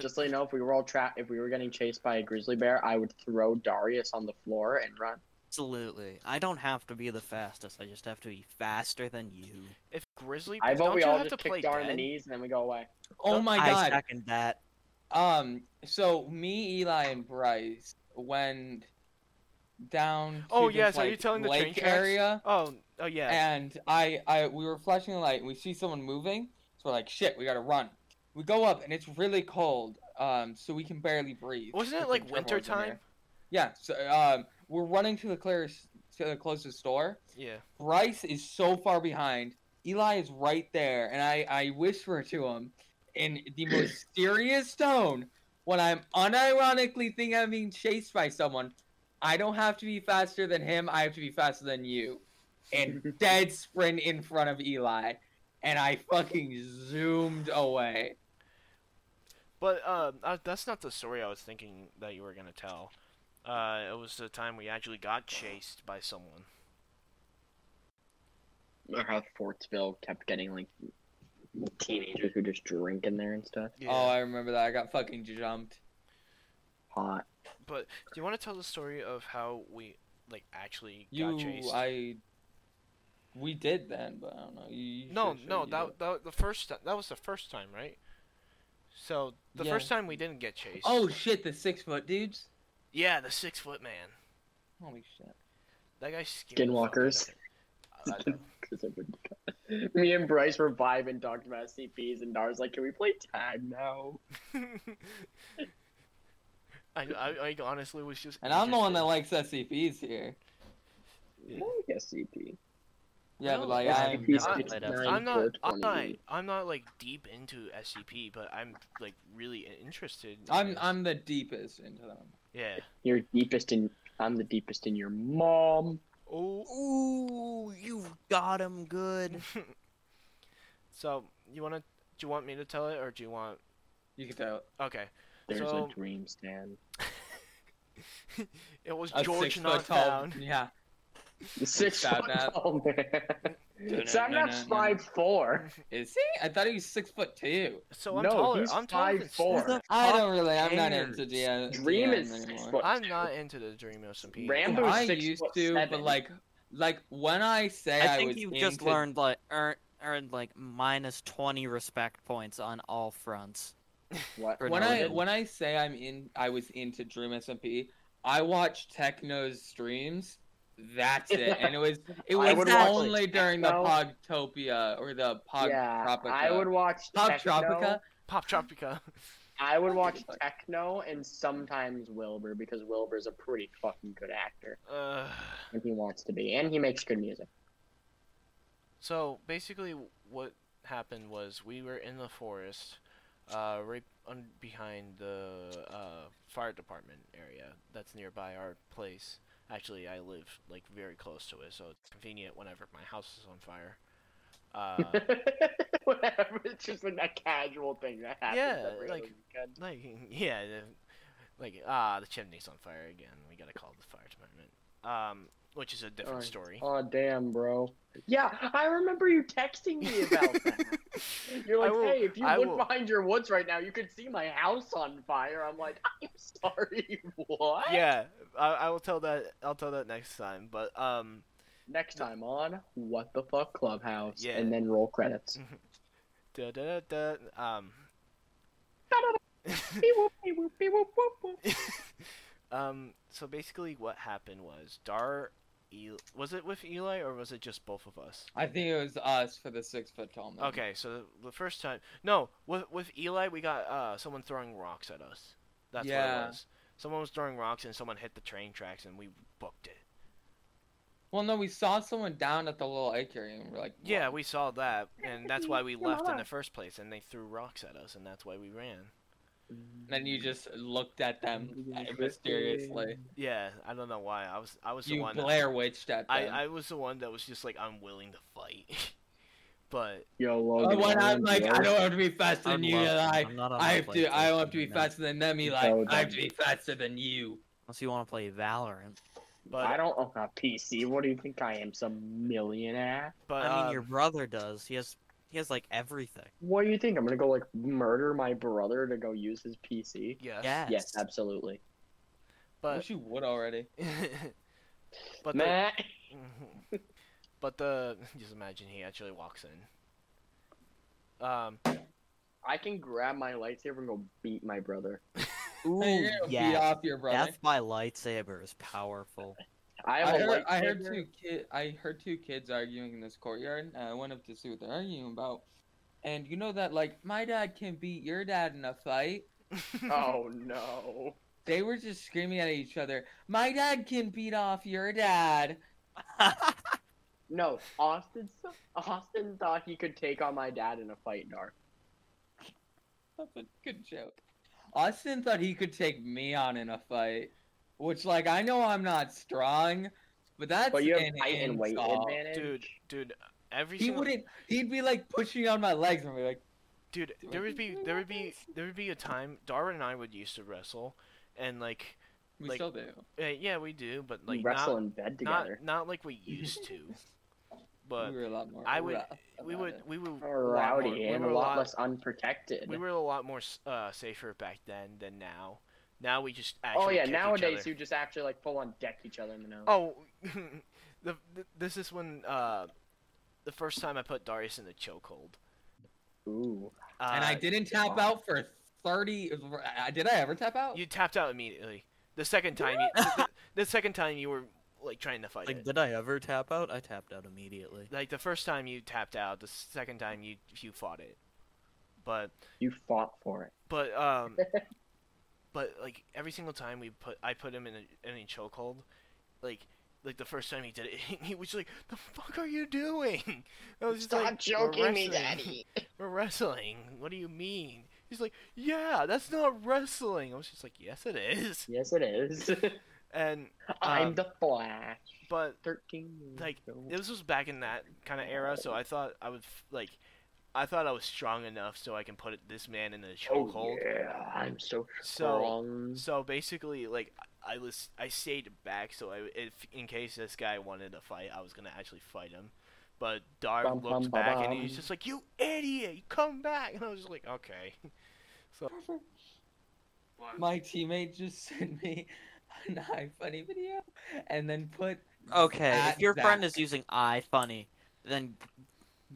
Just so you know, if we were all trapped, if we were getting chased by a grizzly bear, I would throw Darius on the floor and run. Absolutely. I don't have to be the fastest. I just have to be faster than you. if Grizzly, I vote don't we you all have just to play kick Dar in the dead? knees and E then we go away. Oh my god. I second that. Um, so me, Eli, and Bryce went down. to Oh, this, yes, are like, you telling the train lake tracks? area? Oh, oh yeah. And I, I, we were flashing the light, and we see someone moving. So we're like, shit, we gotta run. We go up, and it's really cold. Um, so we can barely breathe. Wasn't it Freaking like Trevor was in winter time? there. Yeah. So um, we're running to the clearest, to the closest store. Yeah. Bryce is so far behind. Eli is right there, and I, I whisper to him in the most serious tone when I'm unironically think I'm being chased by someone. I don't have to be faster than him. I have to be faster than you. And dead sprint in front of Eli, and I fucking zoomed away. But uh, uh, that's not the story I was thinking that you were gonna tell. Uh, it was the time we actually got chased by someone. Or how Fortsville kept getting like teenagers who just drink in there and stuff. Oh, Uh, I remember that. I got fucking jumped. Hot. But do you want to tell the story of how we like actually You, got chased? I. We did then, but I don't know. You, you No, should- should no, you do it. that, that the first ti- that was the first time, right? So the Yeah. first time we didn't get chased. Oh shit, the six foot dudes. yeah, the six foot man. Holy shit. That guy scared the fuck out of Skinwalkers. me. I- I know. Me and Bryce were vibing, talking about CPs, and Dar's like, "Can we play tag now?" I, I, I honestly was just. And I'm the one that interested. likes SCPs here. Yeah. Yes, CP. Yeah, No, but like it's- I'm it's- not- it's- played outside. I'm not. 420. I'm not. I'm not like deep into SCP, but I'm like really interested. in I'm it. I'm the deepest into them. Yeah. You're deepest in. I'm the deepest in your mom. Oh. Ooh, you got him good. so you wanna? Do you want me to tell it, or do you want? You can tell. Okay. There's So- a dream stand. It was A six George foot not tall. down. Yeah. The six Stab foot nap. tall man. Sabnap's No, no, no, no. five four. Is he? I thought he was six foot two. So I'm No, taller. he's I'm taller than 5'4". Stan. I don't really. I'm not cares? into DM, Dream is DMs six anymore. foot. I'm not into the Dream SMP. Rambo- I six used foot to, but seven. like, like when I say I, I think was you just into- learned like earn, earned like minus twenty respect points on all fronts. What? Or when I noted. when I say I'm in, I was into Dream SMP. I watch Techno's streams. That's it, and it was I it was would watch only during the Techno. Pogtopia or the Pog yeah, Tropica. I would watch Pog Techno. Tropica. Pop Tropica. I would watch Techno and sometimes Wilbur because Wilbur's a pretty fucking good actor Uh, when he wants to be, and he makes good music. so basically, what happened was we were in the forest, uh, right un- behind the uh, fire department area that's nearby our place. Actually, I live like very close to it, so it's convenient whenever my house is on fire. Uh, Whatever, it's just like a casual thing that happens. Yeah, every like- other weekend. like yeah, the, like ah, the chimney's on fire again. We gotta call the fire department. Um, which is a different Alright. story. Oh damn, bro. Yeah, I remember you texting me about that. You're I like, will- hey, if you I look will- behind your woods right now, you could see my house on fire. I'm like, I'm sorry, what? Yeah, I, I will tell that. I'll tell that next time. But um, Next time on What the Fuck Clubhouse, Yeah. and then roll credits. da da da. Um, Mm. Beep-whoop, beep-whoop, beep-whoop, whoop-whoop. um. So basically, what happened was Dar, El- was it with Eli or was it just both of us? I think it was us for the six foot tall man. Okay, so the, the first time, no, with with Eli, we got uh someone throwing rocks at us. That's what Yeah. it was. Someone was throwing rocks and someone hit the train tracks and we booked it. Well, no, we saw someone down at the little lake area, and we're like, Yeah, "Whoa." we saw that, and that's why we Come left in the on. first place. And they threw rocks at us, and that's why we ran. And then you just looked at them mysteriously. Yeah, I don't know why. I was I was the You one. that- Blair Witched at them. I I was the one that was just like unwilling to fight. But Yo, Oh, Logan. when I'm like, I don't have to be faster I'm than you. low. Like, I'm not on Uh, I my have to. I don't have to be PlayStation, no. faster than them. Eli. So I have to dumb. be faster than you. Unless you want to play Valorant. but I don't own a PC. What do you think I am, some millionaire? but I mean, um, your brother does. He has he has like everything. What do you think? I'm gonna go like murder my brother to go use his PC? yes, Yes. Yes, absolutely. I but wish you would already. but the- Matt, Mhm. but the just imagine he actually walks in. Um, I can grab my lightsaber and go beat my brother. Ooh, You're gonna beat yeah. off your brother. That's my lightsaber is powerful. I have I a heard, I heard lightsaber. two kid. I heard two kids arguing in this courtyard. and I went up to see what they're arguing about, and you know that like my dad can beat your dad in a fight. Oh no. They were just screaming at each other. My dad can beat off your dad. No, Austin. Austin thought he could take on my dad in a fight, Dar. That's a good joke. Austin thought he could take me on in a fight, which like I know I'm not strong, but that's But you have an height and weight insult. advantage. dude, dude, every He single, wouldn't. He'd be like pushing on my legs and be like, dude, do there I would keep be doing there all would be this? there would be a time Darwin and I would used to wrestle, and like "We Like, still do." uh, yeah we do, but We like wrestle not in bed not together. not like we used to, but we were a lot more. I would- rough we about would it. we would a Or lot more- rowdy we and were a lot, lot less unprotected. we were a lot more s- uh, safer back then than now. Now we just actually oh yeah, kick each nowadays other. you just actually like full on deck each other in the nose. Oh, the, th this is when uh, the first time I put Darius in the chokehold. Ooh. Uh, and I didn't tap wow. out for thirty. I- Did I ever tap out? You tapped out immediately. The second time, you, the, the second time you were like trying to fight like, it. did I ever tap out? I tapped out immediately. like the first time you tapped out, the second time you you fought it. But You fought for it. but um, but like every single time we put I put him in a in a chokehold, like. Like the first time he did it, he was like, "The fuck are you doing?" I was just like, "We're wrestling." We're wrestling. What do you mean? He's like, yeah, that's not wrestling. I was just like, yes, it is. Yes, it is. And I'm Um, the Flash. but Thirteen. years Like, old. this was back in that kind of era, so I thought I would f- like, I thought I was strong enough so I can put this man in the chokehold. Oh yeah, I'm so So strong. so basically, like, I was I stayed back so I if in case this guy wanted to fight, I was gonna actually fight him. But Dar Bum, bum, looked back and ba-bum. he's just like, you idiot, you come back, and I was just like, okay. My teammate just sent me an iFunny video, and then put Okay, At if your friend Zach. is using I funny, then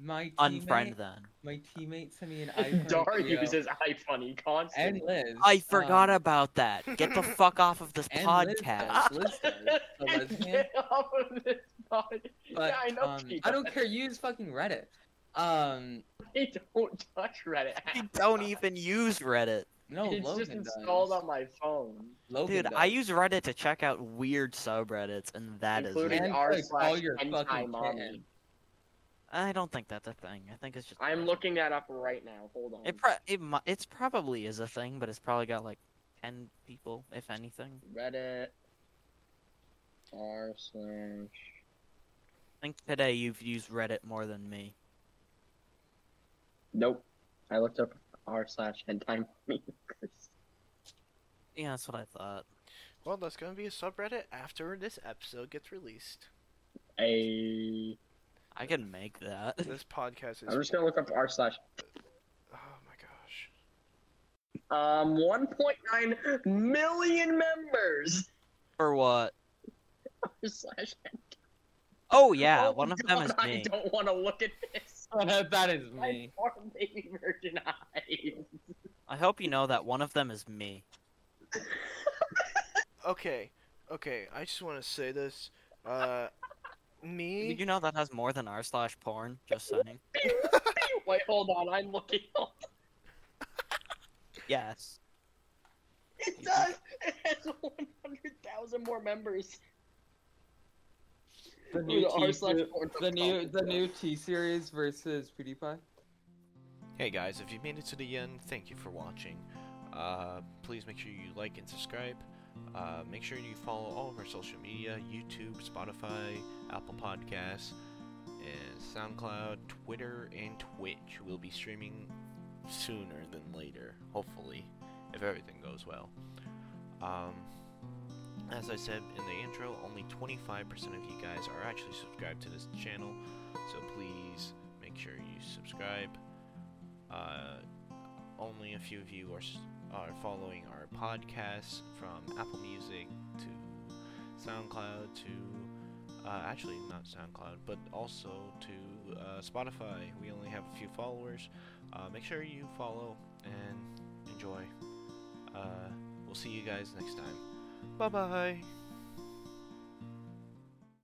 my teammate, unfriend them. My teammate sent me an iFunny Dar video, uses iFunny and constantly. Liz. I forgot um, about that. Get the fuck off of this and podcast. Liz does. Liz does. A lesbian. Get off of this pod. But, yeah, I know. um, she I don't does. care. Use fucking Reddit. Um, I don't touch Reddit. I don't even use Reddit. no, it's Logan just installed does. on my phone. Logan Dude, does. I use Reddit to check out weird subreddits, and that is. including it. And, r like, all slash your hentai fucking mommy. kittens. I don't think that's a thing. I think it's just. I'm looking that up right now. Hold on. It pro- it mu- it's probably is a thing, but it's probably got like ten people, if anything. Reddit. R slash. I think today you've used Reddit more than me. Nope. I looked up r slash hentai mommy. Yeah, that's what I thought. Well, that's going to be a subreddit after this episode gets released. A. I can make that. This podcast is. I'm just gonna look up r slash. Oh my gosh. Um, 1.9 million members. For what? R slash. Oh yeah, Oh one of them God, is me. I don't want to look at this. that is My me. poor baby virgin eyes. I hope you know that one of them is me. Okay, okay. I just want to say this. Uh, me. Did you know that has more than r slash porn? Just saying. Wait, hold on. I'm looking. Yes. It does. It has 100,000 more members. The Dude, new r T- slash the- porn the new competition. the new T series versus PewDiePie. Hey guys, if you made it to the end, thank you for watching. Uh, please make sure you like and subscribe. Uh, make sure you follow all of our social media YouTube, Spotify, Apple Podcasts, and SoundCloud, Twitter, and Twitch. We'll be streaming sooner than later, hopefully, if everything goes well. Um, as I said in the intro, only 25% of you guys are actually subscribed to this channel, so please make sure you subscribe. Uh, only a few of you are, s- are following our podcasts from Apple Music to SoundCloud to uh, actually not SoundCloud, but also to uh, Spotify. We only have a few followers. Uh, make sure you follow and enjoy. Uh, we'll see you guys next time. Bye bye.